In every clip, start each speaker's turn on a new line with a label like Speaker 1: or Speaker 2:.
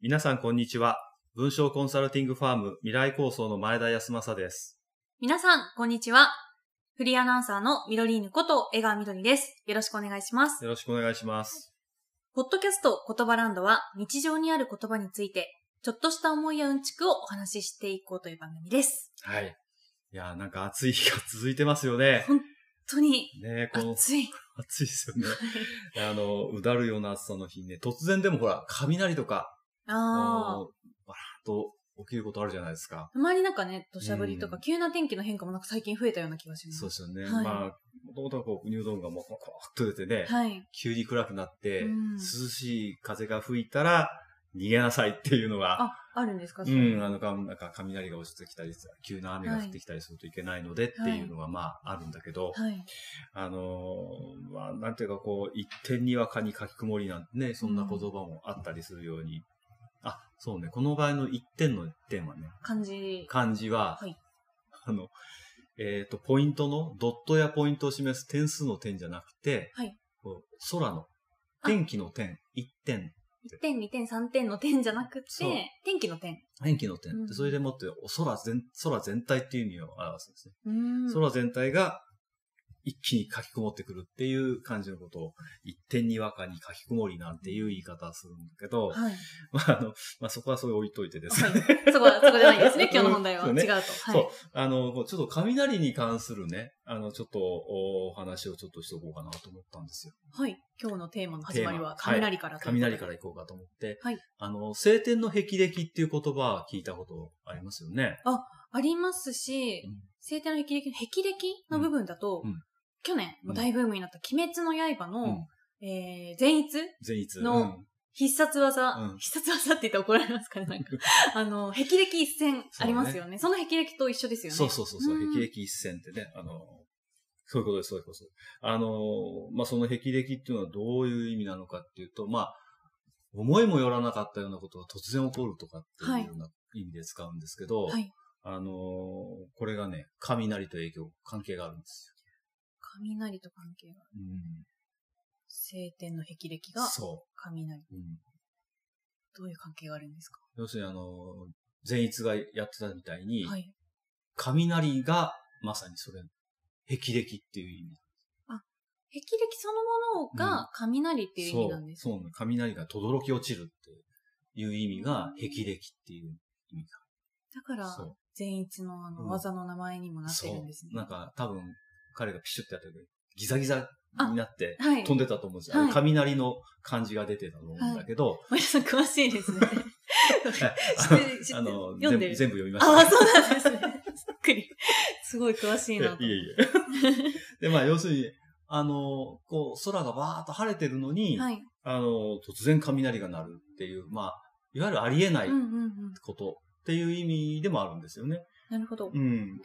Speaker 1: 皆さんこんにちは。文章コンサルティングファーム未来構想の前田康政です。
Speaker 2: 皆さん、こんにちは。フリーアナウンサーのミドリーヌこと江川みどりです。よろしくお願いします。
Speaker 1: よろしくお願いします。
Speaker 2: ポッドキャスト言葉ランドは日常にある言葉について、ちょっとした思いやうんちくをお話ししていこうという番組です。
Speaker 1: はい。いやー、なんか暑い日が続いてますよ ね。
Speaker 2: 本当に
Speaker 1: ねこの、暑
Speaker 2: 暑い。
Speaker 1: いですよね。あの、うだるような暑さの日にね、突然でもほら、雷とか、
Speaker 2: ああ。
Speaker 1: のバラッと起きることあるじゃないですか。
Speaker 2: たまになんかね、土砂降りと
Speaker 1: う
Speaker 2: か
Speaker 1: ん
Speaker 2: 急な天気の変化もなんか最近増えたような気がします。
Speaker 1: そうですよね。
Speaker 2: はい
Speaker 1: まあ、もともとはこう、入道雲がもう、こーっと出てね、
Speaker 2: はい。
Speaker 1: 急に暗くなって、
Speaker 2: うん
Speaker 1: 涼しい風が吹いたら、逃げなさいっていうのが、
Speaker 2: あ、あるんですか
Speaker 1: う
Speaker 2: そい
Speaker 1: ん、あの、かなんか雷が落ちてきたり、急な雨が降ってきたりするといけないのでっていうのが、まあ、あるんだけど、
Speaker 2: はい。
Speaker 1: あのーまあ、なんていうか、こう、一点にわかにかき曇りなんてね、そんな言葉もあったりするように、あ、そうね、この場合の一点の一点はね、
Speaker 2: 感じ。
Speaker 1: 漢字は、
Speaker 2: はい
Speaker 1: あの、えっ、と、ポイントの、ドットやポイントを示す点数の点じゃなくて、
Speaker 2: はい
Speaker 1: こう空の、
Speaker 2: あ
Speaker 1: 天気の点、一点、
Speaker 2: 1点、2点、3点の点じゃなく
Speaker 1: そう
Speaker 2: て、天気の点。
Speaker 1: 天気の点、
Speaker 2: うん
Speaker 1: それでもって、お空全、空全体っていう意味を表すんですね。
Speaker 2: うん
Speaker 1: 空全体が一気に書きこもってくるっていう感じのことを、一点にわかに書きこもりなんていう言い方をするんだけど、
Speaker 2: はい。
Speaker 1: まあ、あの、まあ、そこはそれ置いといてですね。
Speaker 2: はいそこは、そこじゃないですね、今日の本題 は。
Speaker 1: そうね
Speaker 2: 違うと。はい。
Speaker 1: そう。 あの、こうちょっと雷に関するね、あの、ちょっとおお話をちょっとしとこうかなと思ったんですよ。
Speaker 2: はい。今日のテーマの始ま
Speaker 1: テ
Speaker 2: り
Speaker 1: ーマは、
Speaker 2: はい雷からということで、
Speaker 1: 雷からいこうかと思って。
Speaker 2: はい
Speaker 1: あの、晴天の霹靂っていう言葉は聞いたことありますよね。
Speaker 2: ありますし、
Speaker 1: うん
Speaker 2: 晴天の霹靂、霹靂の部分だと、
Speaker 1: うんうん
Speaker 2: 去年、もう大ブームになった鬼滅の刃の、えー、善逸
Speaker 1: 善逸。
Speaker 2: の
Speaker 1: うん
Speaker 2: 必殺技、
Speaker 1: うん
Speaker 2: 必殺技って言ったら怒られますかねなんか、 あの、霹靂一戦ありますよね。その霹靂と一緒ですよね。
Speaker 1: そうそうそうそう、
Speaker 2: うん
Speaker 1: 霹靂一戦ってね、あの、そういうことです、そういうことです。あの、まあ、その霹靂っていうのはどういう意味なのかっていうと、まあ、思いもよらなかったようなことが突然起こるとかっていうような意味で使うんですけど、
Speaker 2: はい
Speaker 1: あの、これがね、雷と影響、関係があるんです
Speaker 2: 雷と関係がある。
Speaker 1: よ。
Speaker 2: 晴天の霹靂
Speaker 1: うん、
Speaker 2: が
Speaker 1: そ
Speaker 2: 雷。
Speaker 1: う、うん。
Speaker 2: どういう関係があるんですか
Speaker 1: 要するにあの、善逸がやってたみたいに、
Speaker 2: はい。
Speaker 1: 雷がまさにそれ、霹靂っていう意味。
Speaker 2: 霹靂そのものが雷っていう意味なんです
Speaker 1: そ
Speaker 2: ね
Speaker 1: う、そうなの雷が轟き落ちるっていう意味が、霹靂っていう意味だ。
Speaker 2: だから、
Speaker 1: そ
Speaker 2: 善逸のあ
Speaker 1: うん
Speaker 2: の技の名前にも
Speaker 1: う。
Speaker 2: なって
Speaker 1: そ
Speaker 2: るんですね。
Speaker 1: う。なんか、多分、彼がピシュってやってるギザギザになって、
Speaker 2: はい。
Speaker 1: 飛んでたと思うんですよ。
Speaker 2: はい
Speaker 1: 雷の感じが出てたと 思うんだけど、
Speaker 2: 森田さん詳し いですね。
Speaker 1: はい
Speaker 2: 知ってる知ってる
Speaker 1: あの、
Speaker 2: 読んでる
Speaker 1: 全部全部読みました。
Speaker 2: ああ、そうなんですね。そっくり。すごい詳しいなと。
Speaker 1: いえい え。で、まあ、要するに、あの、こう、空がバーっと晴れてるのに、
Speaker 2: はい。
Speaker 1: あの、突然雷が鳴るっていう、まあ、いわゆるありえな
Speaker 2: う
Speaker 1: い
Speaker 2: んうんうん。
Speaker 1: ことっていう意味でもあるんですよね。
Speaker 2: なるほど
Speaker 1: う。ん。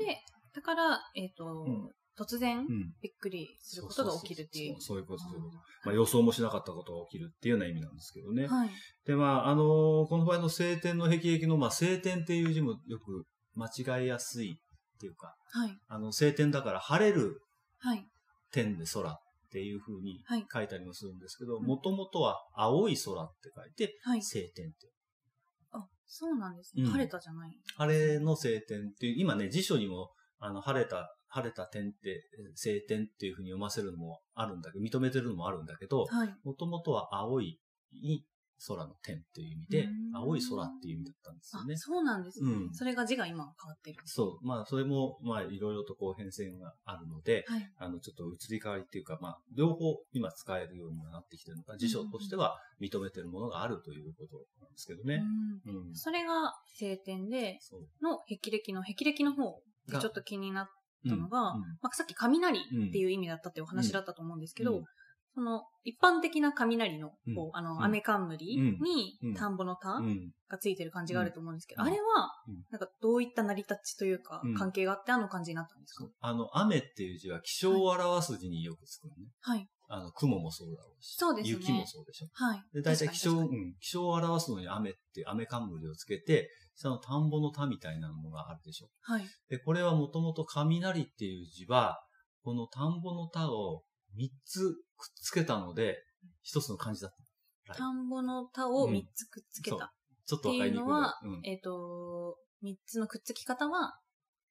Speaker 2: だから、えっと
Speaker 1: ん、
Speaker 2: 突然
Speaker 1: う、ん。
Speaker 2: びっくりすることが起きるっていう
Speaker 1: そ。そういうこと、そういうこと。
Speaker 2: あ
Speaker 1: まあ、予想もしなかったことが起きるっていうような意味なんですけどね。
Speaker 2: はい。
Speaker 1: で、まあ、あのーこの場合の晴天の霹靂の、まあ、晴天っていう字もよく間違えやすいっていうか、
Speaker 2: はい。
Speaker 1: あの、晴天だから晴れる
Speaker 2: はい。
Speaker 1: 天で空っていう風に
Speaker 2: はい
Speaker 1: 書いたりもするんですけど、
Speaker 2: ん
Speaker 1: もともとは青い空って書いて、
Speaker 2: はい。
Speaker 1: 晴天って。
Speaker 2: あ、そうなんですね。
Speaker 1: うん
Speaker 2: 晴れたじゃない。
Speaker 1: 晴れの晴天っていう、今ね、辞書にも、あの、晴れた、晴れた天って、晴天っていう風に読ませるのもあるんだけど、認めてるのもあるんだけど、
Speaker 2: はい。
Speaker 1: もともとは青い空の点っていう意味で
Speaker 2: うー、ん
Speaker 1: 青い空っていう意味だったんですよね
Speaker 2: あ、。そうなんですね
Speaker 1: うん。
Speaker 2: それが字が今変わってる。
Speaker 1: そう。まあ、それも、まあ、いろいろとこう変遷があるので、
Speaker 2: はい。
Speaker 1: あの、ちょっと移り変わりっていうか、まあ、両方今使えるようにはなってきてるのか、辞書としては認めてるものがあるということなんですけどね。
Speaker 2: うん
Speaker 1: うん。
Speaker 2: それが晴天で、
Speaker 1: そう。
Speaker 2: の霹靂の霹靂の方でちょっと気になっ
Speaker 1: う
Speaker 2: た
Speaker 1: ん
Speaker 2: のが、
Speaker 1: うん
Speaker 2: まあ、さっき雷っていう意味だったっていうお話だったと思うんですけど、
Speaker 1: うん
Speaker 2: その一般的な雷のこう、あ
Speaker 1: うん
Speaker 2: の、雨冠に
Speaker 1: うん
Speaker 2: 田んぼの田
Speaker 1: うん。
Speaker 2: がついてる感じがあると思うんですけど、
Speaker 1: うん
Speaker 2: あれは
Speaker 1: うん、
Speaker 2: なんかどういった成り立ちというか
Speaker 1: うん、
Speaker 2: 関係があってあの感じになったんですか、
Speaker 1: そうあの、雨っていう字は気象を表す字によくつくのね。
Speaker 2: はい。
Speaker 1: あの、雲もそうだろうし。
Speaker 2: そうですね
Speaker 1: 雪もそうでしょ。
Speaker 2: はい。
Speaker 1: で、大体
Speaker 2: 確
Speaker 1: 気
Speaker 2: か
Speaker 1: 象、
Speaker 2: に
Speaker 1: う
Speaker 2: 確かに
Speaker 1: ん、気象を表すのに雨って、雨冠をつけて、下の田んぼの田みたいなのがあるでしょ。
Speaker 2: はい。
Speaker 1: で、これはもともと雷っていう字は、この田んぼの田を3つくっつけたので、一つの漢字だった。
Speaker 2: 田んぼの田を3つくっつけた。
Speaker 1: ちょっとわかりにくいけど。
Speaker 2: って
Speaker 1: うん
Speaker 2: えっ、と、三つのくっつき方は、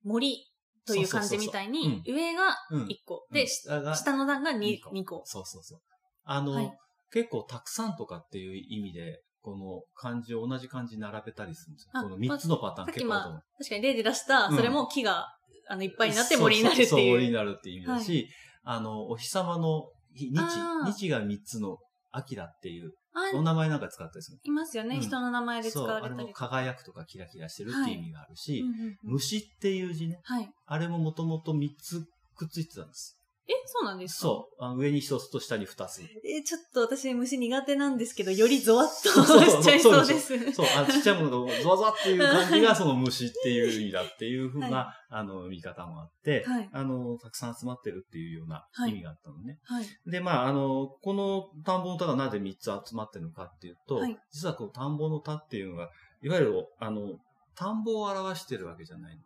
Speaker 2: 森という
Speaker 1: そう
Speaker 2: 感
Speaker 1: そうそうそう
Speaker 2: じみたいに、
Speaker 1: うん
Speaker 2: 上が
Speaker 1: うん
Speaker 2: 1個、
Speaker 1: う
Speaker 2: で、
Speaker 1: ん
Speaker 2: し
Speaker 1: 下が
Speaker 2: 下の段が 2,
Speaker 1: 二
Speaker 2: 2
Speaker 1: 個
Speaker 2: 個。
Speaker 1: そうそうそう。あの、
Speaker 2: はい
Speaker 1: 結構たくさんとかっていう意味で、この漢字を同じ漢字並べたりするんですよ。
Speaker 2: あ
Speaker 1: この3つのパターン
Speaker 2: さっ
Speaker 1: 結
Speaker 2: き
Speaker 1: 構
Speaker 2: ま
Speaker 1: あると思う
Speaker 2: あ。、確かに例で出した、
Speaker 1: うん
Speaker 2: それも木が、あの、いっぱいになって
Speaker 1: そう
Speaker 2: 森になるっていう。
Speaker 1: そうそう森になるっていう意味だし、あの、お日様の日、日
Speaker 2: あ、ー
Speaker 1: 日が3つの秋だっていう、お
Speaker 2: あ、
Speaker 1: 名前なんか使ったりする。
Speaker 2: いますよね、
Speaker 1: うん
Speaker 2: 人の名前で使
Speaker 1: そう、
Speaker 2: わ
Speaker 1: あ
Speaker 2: れ
Speaker 1: れ
Speaker 2: た
Speaker 1: の
Speaker 2: りとか。
Speaker 1: 輝くとかキラキラしてるっていう意味があるし、
Speaker 2: うんうんうん
Speaker 1: 虫っていう字ね、
Speaker 2: はい。
Speaker 1: あれももともと3つくっついてたんです。
Speaker 2: え、そうなんですか
Speaker 1: そう。あ上に1つと下に2つ。
Speaker 2: え、ちょっと私虫苦手なんですけど、よりゾワッとしちゃいそうです。
Speaker 1: そう、あちっちゃいものがゾワゾワっていう感 じがその虫っていう意味だっていうふうな、
Speaker 2: は
Speaker 1: あの、見方もあって、
Speaker 2: はい
Speaker 1: あの、たくさん集まってるっていうような意味があったのね。
Speaker 2: はい。
Speaker 1: で、まあ、あの、この田んぼの田がなぜ3つ集まってるのかっていうと、
Speaker 2: はい
Speaker 1: 実はこの田んぼの田っていうのが、いわゆる、あの、田んぼを表してるわけじゃない。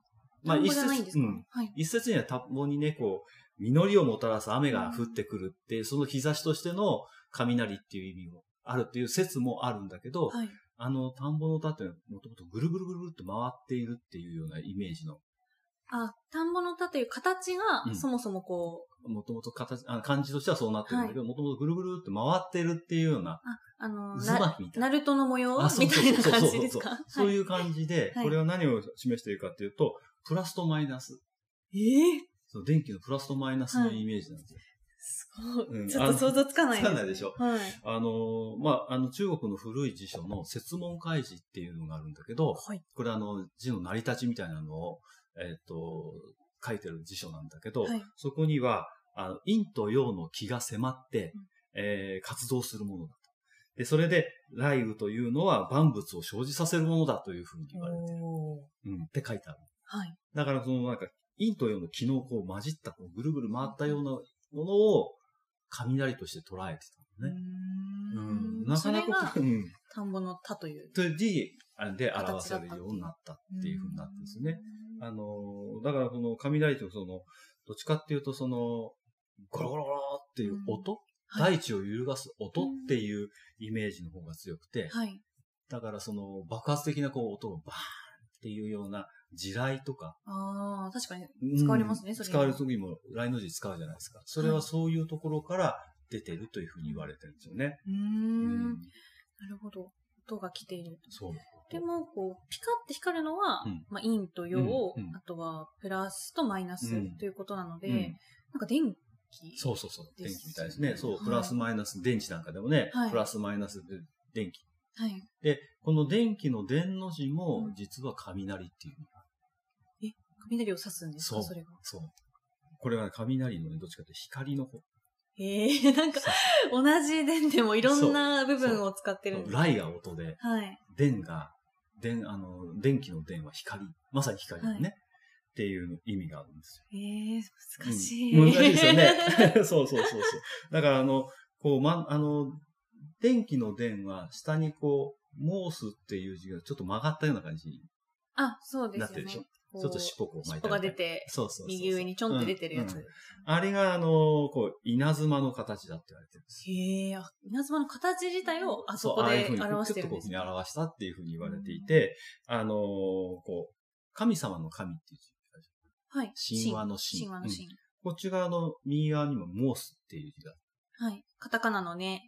Speaker 2: 田んぼじゃないんですか、
Speaker 1: うん
Speaker 2: はい。
Speaker 1: 一説には田んぼにね、こう、実りをもたらす雨が降ってくるって、その日差しとしての雷っていう意味もあるっていう説もあるんだけど、
Speaker 2: はい。
Speaker 1: あの、田んぼの田っていうのはもともとぐるぐるぐるぐるって回っているっていうようなイメージの、
Speaker 2: あ、田んぼの田という形が
Speaker 1: う、ん
Speaker 2: そもそもこう、
Speaker 1: もともと形、あ漢字としてはそうなってるんだけど、もともとぐるぐるって回ってるっていうような、
Speaker 2: あの、
Speaker 1: 渦
Speaker 2: な
Speaker 1: 巻きみたいな
Speaker 2: ナ。ルトの模様
Speaker 1: あそう
Speaker 2: み
Speaker 1: そ
Speaker 2: た
Speaker 1: う
Speaker 2: いな
Speaker 1: そう
Speaker 2: 感
Speaker 1: そう
Speaker 2: じですか。
Speaker 1: そういうう感じで、
Speaker 2: はい
Speaker 1: これは何を示しているかっていうと、プラスとマイナス。
Speaker 2: えー、
Speaker 1: その電気のプラスとマイナスのイメージなんですよ。
Speaker 2: すごい、
Speaker 1: うん
Speaker 2: ちょっと想像つかない
Speaker 1: つかないでしょ
Speaker 2: はい。
Speaker 1: あのーまあ、あの、中国の古い辞書の説問開示っていうのがあるんだけど、
Speaker 2: はい。
Speaker 1: これあの、字の成り立ちみたいなのを、えっ、と、書いてる辞書なんだけど、
Speaker 2: はい
Speaker 1: そこには、あの、陰と陽の気が迫って、
Speaker 2: うん
Speaker 1: えー活動するものだと。で、それで、雷雨というのは万物を生じさせるものだというふうに言われてる。
Speaker 2: おー
Speaker 1: うん、って書いてある。
Speaker 2: はい。
Speaker 1: だからそのなんか、陰と陽の気のこう混じった、こうぐるぐる回ったようなものを、雷として捉えてたのね。う
Speaker 2: うー
Speaker 1: ん、
Speaker 2: ん
Speaker 1: なかなかこ
Speaker 2: そ
Speaker 1: う、
Speaker 2: れが
Speaker 1: うん。
Speaker 2: 田んぼの田という。
Speaker 1: という字で表せるようになったっていうふうになってるんですよね。あの、だからこの雷とその、どっちかっていうとその、ゴロゴロゴロっていう音、
Speaker 2: うんはい
Speaker 1: 大地を揺るがす音っていうイメージの方が強くて、
Speaker 2: はい。
Speaker 1: だからその爆発的なこう音がバーンっていうような地雷とか、
Speaker 2: ああ、確かに。使われますね
Speaker 1: うん
Speaker 2: それ
Speaker 1: 使われる時も雷の字使うじゃないですか。それはそういうところから出てるというふうに言われてるんですよね。
Speaker 2: うー
Speaker 1: うん
Speaker 2: ん。なるほど。音が来ている。
Speaker 1: そう。
Speaker 2: でも、こう、ピカって光るのは、
Speaker 1: うん
Speaker 2: まあ、陰と陽、
Speaker 1: うんうん
Speaker 2: あとは、プラスとマイナス
Speaker 1: うん
Speaker 2: ということなので、
Speaker 1: うん
Speaker 2: なんか電気
Speaker 1: そうそうそう。
Speaker 2: で
Speaker 1: 電
Speaker 2: す
Speaker 1: 気みたいですね。そ
Speaker 2: は
Speaker 1: う。
Speaker 2: い
Speaker 1: プラスマイナス、電池なんかでもね、
Speaker 2: はい
Speaker 1: プラスマイナスで電気。
Speaker 2: はい。
Speaker 1: で、この電気の電の字も
Speaker 2: うん
Speaker 1: 実は雷っていう。
Speaker 2: 雷を刺すんですか
Speaker 1: そう
Speaker 2: それが。
Speaker 1: そう。これはね雷のね、どっちかって光の方。
Speaker 2: ええなんか、同じ電でもいろんな部分を使ってるんです。
Speaker 1: 雷が音で、
Speaker 2: はい。
Speaker 1: 電が、電、あの、電気の電は光。まさに光だね。
Speaker 2: は
Speaker 1: っていう意味があるんですよ。
Speaker 2: ええ難しい。
Speaker 1: うん難しいですよ ね。そうそうそうそう。だから、あの、こう、ま、あの、電気の電は下にこう、申すっていう字がちょっと曲がったような感じに
Speaker 2: あ、そうですよね。
Speaker 1: なってるでしょ
Speaker 2: こう
Speaker 1: ちょっと尻尾こう巻い
Speaker 2: 尻
Speaker 1: て
Speaker 2: 尾
Speaker 1: あ
Speaker 2: が
Speaker 1: るみ
Speaker 2: 出
Speaker 1: たい
Speaker 2: て
Speaker 1: な。、そうそうそうそう
Speaker 2: 右上にちょんって出てるやつ。
Speaker 1: うんうんあれが、あの、こう、稲妻の形だって言われてるんですよ。
Speaker 2: へえ、あ、稲妻の形自体をあそこ
Speaker 1: そうあ
Speaker 2: で
Speaker 1: あいうふうに、ち
Speaker 2: 表し
Speaker 1: ょ
Speaker 2: て
Speaker 1: っと
Speaker 2: るん
Speaker 1: こういうふうに
Speaker 2: ですね。
Speaker 1: 表したっていうふうに言われていて、あの、こう、神様の神っていう字。
Speaker 2: はい。
Speaker 1: 神話の神
Speaker 2: 神話の神。
Speaker 1: こっち側の右側にも、モースっていう字が、
Speaker 2: はい。カタカナのね、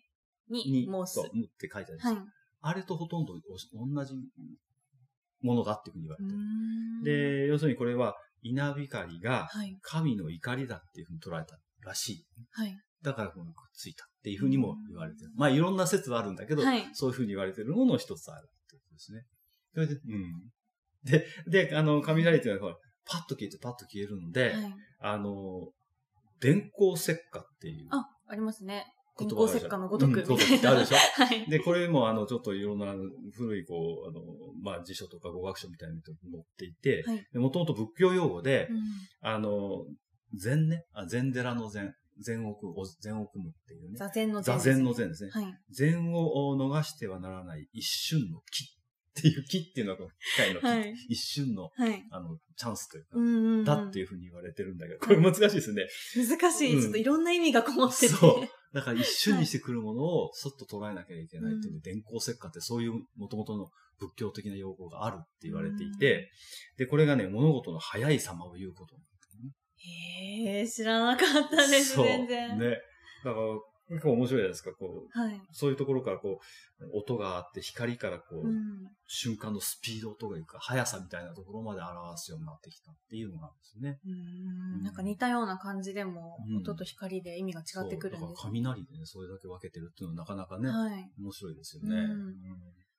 Speaker 2: に、
Speaker 1: に、
Speaker 2: モース。
Speaker 1: そう
Speaker 2: は
Speaker 1: むって書いてあるんですよ
Speaker 2: い。
Speaker 1: あれとほとんどおし同じものだっていうふうに言わ
Speaker 2: う
Speaker 1: れ
Speaker 2: ー
Speaker 1: てる。
Speaker 2: ん、
Speaker 1: で、要するにこれは稲光が
Speaker 2: はい。
Speaker 1: 神の怒りだっていうふうに捉えたらしい。
Speaker 2: はい。
Speaker 1: だからこのくっついたっていうふうにも言われてる。まあいろんな説はあるんだけど、
Speaker 2: はい
Speaker 1: そういうふうに言われてるものの一つあるってことですね。それで、うん。で、で、あの、雷っていうのはほらパッと消えてパッと消えるので、
Speaker 2: はい。
Speaker 1: あの、電光石火っていう
Speaker 2: あ、ありますね。
Speaker 1: 言
Speaker 2: 電
Speaker 1: 葉
Speaker 2: 光
Speaker 1: があるじゃん
Speaker 2: 石火のごとく
Speaker 1: うんごと
Speaker 2: みた
Speaker 1: くっ
Speaker 2: い
Speaker 1: て
Speaker 2: な。
Speaker 1: あるでしょ
Speaker 2: はい。
Speaker 1: で、これも、あの、ちょっといろんな古い、こう、あの、まあ、辞書とか語学書みたいなのも載っていて、
Speaker 2: はい
Speaker 1: もともと仏教用語で、
Speaker 2: うん
Speaker 1: あの、禅ね、あ禅寺の禅、禅を組む、お禅を組むっていうね、
Speaker 2: 座禅の
Speaker 1: 座禅の禅ですね。
Speaker 2: はい。
Speaker 1: 禅を逃してはならない一瞬の木っていう 木っていうのはこの機械の木、
Speaker 2: はい
Speaker 1: 一瞬の、
Speaker 2: はい。
Speaker 1: あの、チャンスというか、
Speaker 2: うんうんうん。
Speaker 1: だっていうふうに言われてるんだけど、これ難しいですね。
Speaker 2: 難しい。ちょっといろんな意味がこもってて。
Speaker 1: そうだから一瞬にしてくるものをそっと捉えなきゃいけないっていう、電光石火ってそういう元々の仏教的な用語があるって言われていて、で、これがね、物事の早い様を言うことになってるね。
Speaker 2: へえ、知らなかったです、
Speaker 1: そう
Speaker 2: 全然。
Speaker 1: ね。だから、結構面白いじゃないですか。こう、
Speaker 2: はい。
Speaker 1: そういうところからこう、音があって、光からこう、
Speaker 2: うん。
Speaker 1: 瞬間のスピードとかいうか、速さみたいなところまで表すようになってきたっていうのがあるんですね。
Speaker 2: うんなんか似たような感じでも、
Speaker 1: うん
Speaker 2: 音と光で意味が違ってくるん
Speaker 1: そう
Speaker 2: で
Speaker 1: だ
Speaker 2: す
Speaker 1: から
Speaker 2: ね。
Speaker 1: 雷でね、それだけ分けてるっていうのはなかなかね、
Speaker 2: はい。
Speaker 1: 面白いですよね。
Speaker 2: うん
Speaker 1: うん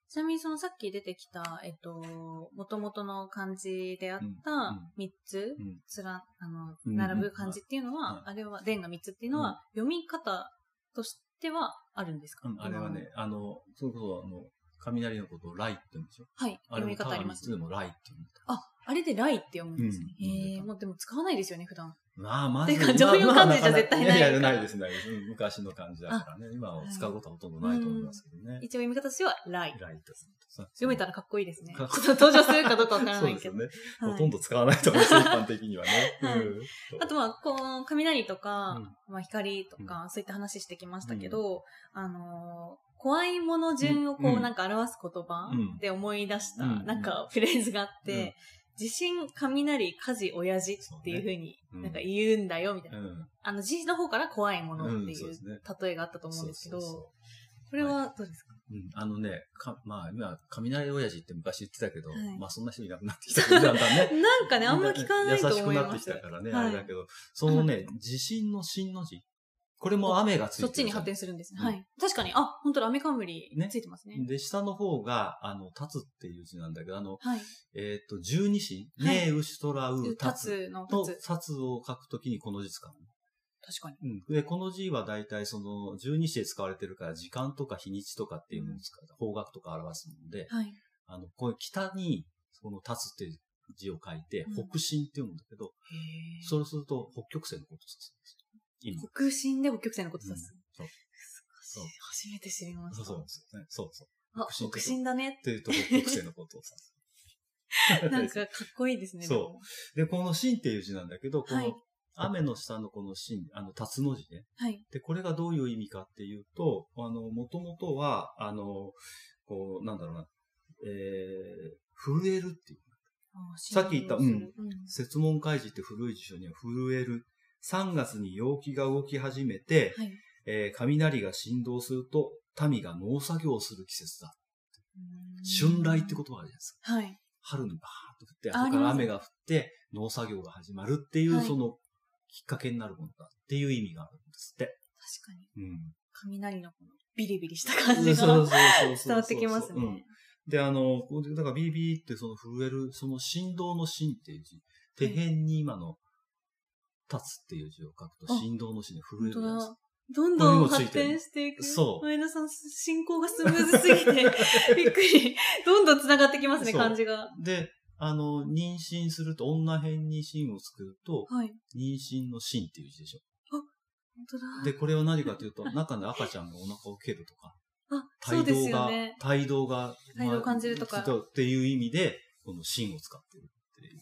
Speaker 2: ちなみにそのさっき出てきた、えっと、元々の漢字であっ
Speaker 1: うんうん
Speaker 2: た三つ、
Speaker 1: うん
Speaker 2: つら、あの、
Speaker 1: うん
Speaker 2: 並ぶ漢字っていうのは、
Speaker 1: うん
Speaker 2: あれは、伝が三つっていうのは、読み方としてはあるんですか、
Speaker 1: うんあれはね、あの、それこそ、あの、雷のことを雷って言うんですよ。
Speaker 2: はい、
Speaker 1: あれ
Speaker 2: 読
Speaker 1: も
Speaker 2: み
Speaker 1: た
Speaker 2: 方あ
Speaker 1: だ
Speaker 2: り
Speaker 1: 三
Speaker 2: ま
Speaker 1: つ
Speaker 2: す
Speaker 1: で
Speaker 2: ね。
Speaker 1: も雷って言うんだ
Speaker 2: あ、あれでライって読むんですね。
Speaker 1: うん
Speaker 2: へえ
Speaker 1: うん
Speaker 2: もうでも使わないですよね、普段。
Speaker 1: まあ、まず
Speaker 2: てか
Speaker 1: 今
Speaker 2: 常用漢字じゃ絶対ない
Speaker 1: やや
Speaker 2: から
Speaker 1: ないです、ないです。うん昔の漢字だからね。今は使うことはほとんどないと思いますけどね。
Speaker 2: 一応読み方としてはライ。
Speaker 1: ライトです。
Speaker 2: 読めた
Speaker 1: ら
Speaker 2: らかっこいいですね。
Speaker 1: かっこいい
Speaker 2: ちょっと登場するかどうかわから
Speaker 1: そ
Speaker 2: な
Speaker 1: う
Speaker 2: い
Speaker 1: です
Speaker 2: け
Speaker 1: よ
Speaker 2: ど。
Speaker 1: ね。
Speaker 2: はい
Speaker 1: ほとんど使わないと思います、一般的にはね。
Speaker 2: はい
Speaker 1: うん
Speaker 2: あとは、こう、雷と
Speaker 1: う
Speaker 2: か
Speaker 1: ん、
Speaker 2: まあ、光とか、そういった話してきましたけど、あのー怖いもの順をこ
Speaker 1: う
Speaker 2: う、
Speaker 1: ん
Speaker 2: なんか表す言葉
Speaker 1: うん
Speaker 2: で思い出した、
Speaker 1: うん
Speaker 2: なんかフレーズがあっ
Speaker 1: うん
Speaker 2: て、地震、雷、火事、親父っていうふうに
Speaker 1: そうねうん
Speaker 2: なんか言うんだよ、みたいな。
Speaker 1: うん
Speaker 2: あの、字の方から怖いもの
Speaker 1: う
Speaker 2: っ
Speaker 1: ん
Speaker 2: てい
Speaker 1: そうで
Speaker 2: う
Speaker 1: すね
Speaker 2: 例えがあったと思う
Speaker 1: そ
Speaker 2: ん
Speaker 1: う
Speaker 2: ですけ
Speaker 1: そ
Speaker 2: ど、
Speaker 1: うそう
Speaker 2: これはどうですか
Speaker 1: うんあのね、かまあ、今、雷親父って昔言ってたけど、
Speaker 2: はい
Speaker 1: まあ、そんな人いなくなってきたけど、だんだんね。
Speaker 2: なんかね、あんま聞かないと思い
Speaker 1: 優しくなっ
Speaker 2: ま
Speaker 1: てき
Speaker 2: す
Speaker 1: た。からね、
Speaker 2: はい
Speaker 1: あれだけど、そのね、地震の震の字。これも雨がついて
Speaker 2: そ
Speaker 1: る。
Speaker 2: っちに発展するんですね。
Speaker 1: うん
Speaker 2: はい。確かに、あ、本当だ、雨冠
Speaker 1: ね
Speaker 2: ついてますね。
Speaker 1: で、下の方が、あの、立つっていう字なんだけど、あの、
Speaker 2: はい。
Speaker 1: えっ、と、十二神、
Speaker 2: はい
Speaker 1: ねえ、うしとらう、立つ
Speaker 2: 立つの
Speaker 1: と、
Speaker 2: 立
Speaker 1: 立
Speaker 2: つ。
Speaker 1: つを書くときにこの字使うの。
Speaker 2: 確かに。
Speaker 1: うん、で、この字は大体その十二支で使われてるから時間とか日にちとかっていうのを使う、方角とか表すので、
Speaker 2: はい。
Speaker 1: あの、こういう北にその立つっていう字を書いて、
Speaker 2: うん
Speaker 1: 北進って読むんだけど、そうすると北極星のことを指すんですよ。
Speaker 2: 北進で北極星のこと
Speaker 1: 今。
Speaker 2: 指す。
Speaker 1: うんそう
Speaker 2: 少し初めて知りまし
Speaker 1: そう
Speaker 2: た。
Speaker 1: そうなんですよね。そうそう。
Speaker 2: あ、
Speaker 1: 北進
Speaker 2: 北進 だね。
Speaker 1: というと北極星のことを指す。
Speaker 2: なんかかっこいいですね。
Speaker 1: そう
Speaker 2: で も
Speaker 1: で、この神っていう字なんだけど、こ
Speaker 2: はい
Speaker 1: の雨の下のこの神、あの、辰の字ね。
Speaker 2: はい。
Speaker 1: で、これがどういう意味かっていうと、あの、もともとは、あの、こう、なんだろうな、えー、震えるっていう。さっき言った
Speaker 2: 振動する
Speaker 1: 説問開示って古い辞書には震える。3月に陽気が動き始めて、
Speaker 2: うん。はい。
Speaker 1: えー雷が振動すると、民が農作業をする季節だ。春雷って言葉あるじゃないですか。
Speaker 2: と。はい。
Speaker 1: 春にバーッと降って、後
Speaker 2: あ
Speaker 1: か
Speaker 2: あり
Speaker 1: ら
Speaker 2: ます
Speaker 1: 雨が降って、農作業が始まるっていう、
Speaker 2: はい
Speaker 1: その、きっかけになるものだっていう意味があるんですって。
Speaker 2: 確かに。
Speaker 1: うん。
Speaker 2: 雷のこのビリビリした感
Speaker 1: う
Speaker 2: じ
Speaker 1: んそうそ
Speaker 2: が
Speaker 1: うそうそう
Speaker 2: 伝わってきます
Speaker 1: う
Speaker 2: ね
Speaker 1: ん。で、あの、こうだから BB ってその震える、その振動の振っていう字、手辺に今の立つっていう字を書くと
Speaker 2: あ
Speaker 1: 振動の振で震え
Speaker 2: 本
Speaker 1: る
Speaker 2: 当
Speaker 1: じゃないで
Speaker 2: だ
Speaker 1: すか。
Speaker 2: どんどん発展していく。
Speaker 1: そう
Speaker 2: 前田さん、進行がスムーズす ぎて、びっくり。どんどん繋がってきますね、
Speaker 1: そう
Speaker 2: 感じが。
Speaker 1: で、あの、妊娠すると、女辺に心を作ると、
Speaker 2: はい。
Speaker 1: 妊娠の心っていう字でしょ。
Speaker 2: 本当だ。
Speaker 1: で、これは何かというと、中で赤ちゃんがお腹を蹴るとか、
Speaker 2: あ、そう
Speaker 1: 胎
Speaker 2: で
Speaker 1: 動
Speaker 2: すよ
Speaker 1: が、
Speaker 2: ね。
Speaker 1: 胎動が、
Speaker 2: 胎動を感じるとか
Speaker 1: まあっていう意味で、この心を使ってるっていう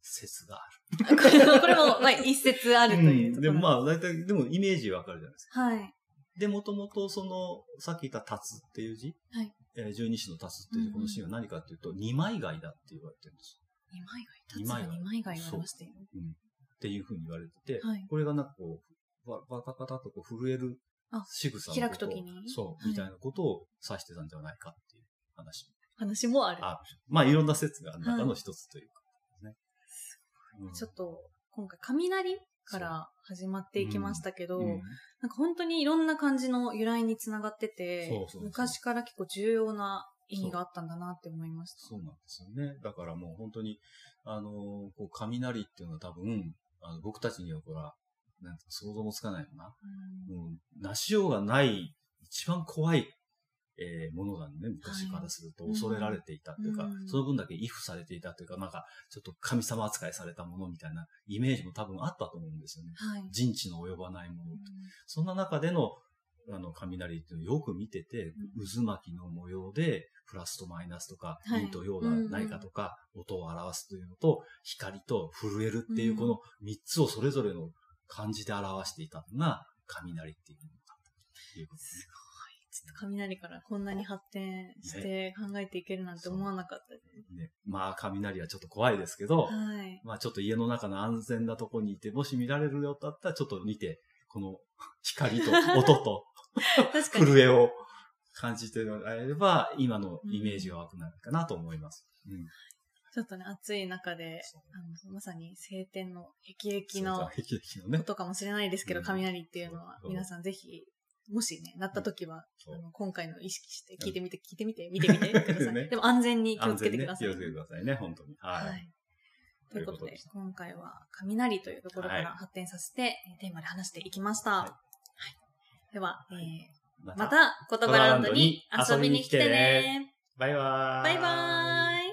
Speaker 1: 説がある。
Speaker 2: これこれも、まあ、一説あるというとこ
Speaker 1: で
Speaker 2: ろ。
Speaker 1: もまあ、大体、でもイメージわかるじゃないですか。
Speaker 2: はい。
Speaker 1: で、もともとその、さっき言った立つっていう字、
Speaker 2: はい
Speaker 1: えー十二支の立つっていうこのシーンは何かっていうと、二枚貝だって言われてるんです
Speaker 2: 二枚貝。
Speaker 1: 二
Speaker 2: 立つ
Speaker 1: 枚
Speaker 2: が
Speaker 1: 貝
Speaker 2: 二枚貝がありましたよ。
Speaker 1: よ。うん、っていうふうに言われてて、
Speaker 2: はい
Speaker 1: これがなんかこう、ばばたばたとこう震える
Speaker 2: あ
Speaker 1: 仕草の
Speaker 2: 開
Speaker 1: こ
Speaker 2: く
Speaker 1: とを
Speaker 2: 時に
Speaker 1: そう、
Speaker 2: はい
Speaker 1: みたいなことを指してたんじゃないかっていう話
Speaker 2: 話もある。
Speaker 1: ある。まあ、いろんな説がある中の一つというか、ね。
Speaker 2: ちょっと、今回、雷から始まっていきましたけど、
Speaker 1: うんうん
Speaker 2: なんか本当にいろんな感じの由来につながってて、
Speaker 1: そうそうそう
Speaker 2: 昔から結構重要な意味があったんだなって思いました。
Speaker 1: そうなんですよね。だからもう本当に、あのーこう、雷っていうのは多分、あの僕たちにはこれは、なんか想像もつかないよな。
Speaker 2: うん
Speaker 1: もう、なしようがない、一番怖い、えーものがね、昔からすると
Speaker 2: はい
Speaker 1: 恐れられていたっていうか、
Speaker 2: うん
Speaker 1: その分だけ畏怖されていたっていうか、なんか、ちょっと神様扱いされたものみたいなイメージも多分あったと思うんですよね。
Speaker 2: はい。
Speaker 1: 人知の及ばないもの
Speaker 2: うん
Speaker 1: そんな中での、あの、雷っていうのをよく見てて、渦巻きの模様で、プラスとマイナスとか、
Speaker 2: はい
Speaker 1: 陰と陽ではないかとか、音を表すというのと、光と震えるっていうう、
Speaker 2: ん
Speaker 1: この三つをそれぞれの漢字で表していたのが、雷っていうものだっっていうことね。
Speaker 2: すごい。ちょっと雷からこんなに発展して考えていけるなんて思わなかったです。
Speaker 1: ね、まあ、雷はちょっと怖いですけど、
Speaker 2: はい。
Speaker 1: まあ、ちょっと家の中の安全なとこにいて、もし見られるようだったら、ちょっと見て、この光と音と
Speaker 2: 確か に。
Speaker 1: 震えを感じてもらえれば、今のイメージが湧くなるかなと思います。うん。
Speaker 2: ちょっとね、暑い中で、
Speaker 1: そう
Speaker 2: あの、まさに晴天の
Speaker 1: そ
Speaker 2: 霹靂
Speaker 1: れから
Speaker 2: の
Speaker 1: 霹靂の
Speaker 2: こ
Speaker 1: ね。
Speaker 2: とかもしれないですけど、
Speaker 1: うん
Speaker 2: 雷っていうのは
Speaker 1: そう
Speaker 2: 皆さんぜひ、もしね、なった時は、
Speaker 1: そう
Speaker 2: あの今回の意識して聞いてみて、聞いてみて、見てみてくださ い。
Speaker 1: ね
Speaker 2: でも安全に気を
Speaker 1: 安
Speaker 2: つけ
Speaker 1: 全ね
Speaker 2: てくだ。さ
Speaker 1: 気
Speaker 2: い。
Speaker 1: をつけてくださいね、本当に。はい。
Speaker 2: はい。ということ
Speaker 1: ということ
Speaker 2: で
Speaker 1: で、
Speaker 2: 今回は雷というところか
Speaker 1: は
Speaker 2: ら
Speaker 1: い
Speaker 2: 発展させて、えーテーマで話していきました。
Speaker 1: はい
Speaker 2: はい。では、えー
Speaker 1: ま
Speaker 2: また、言葉ランドに遊びに来て
Speaker 1: 遊びに来て
Speaker 2: ね。
Speaker 1: バイバー
Speaker 2: バイバーイ。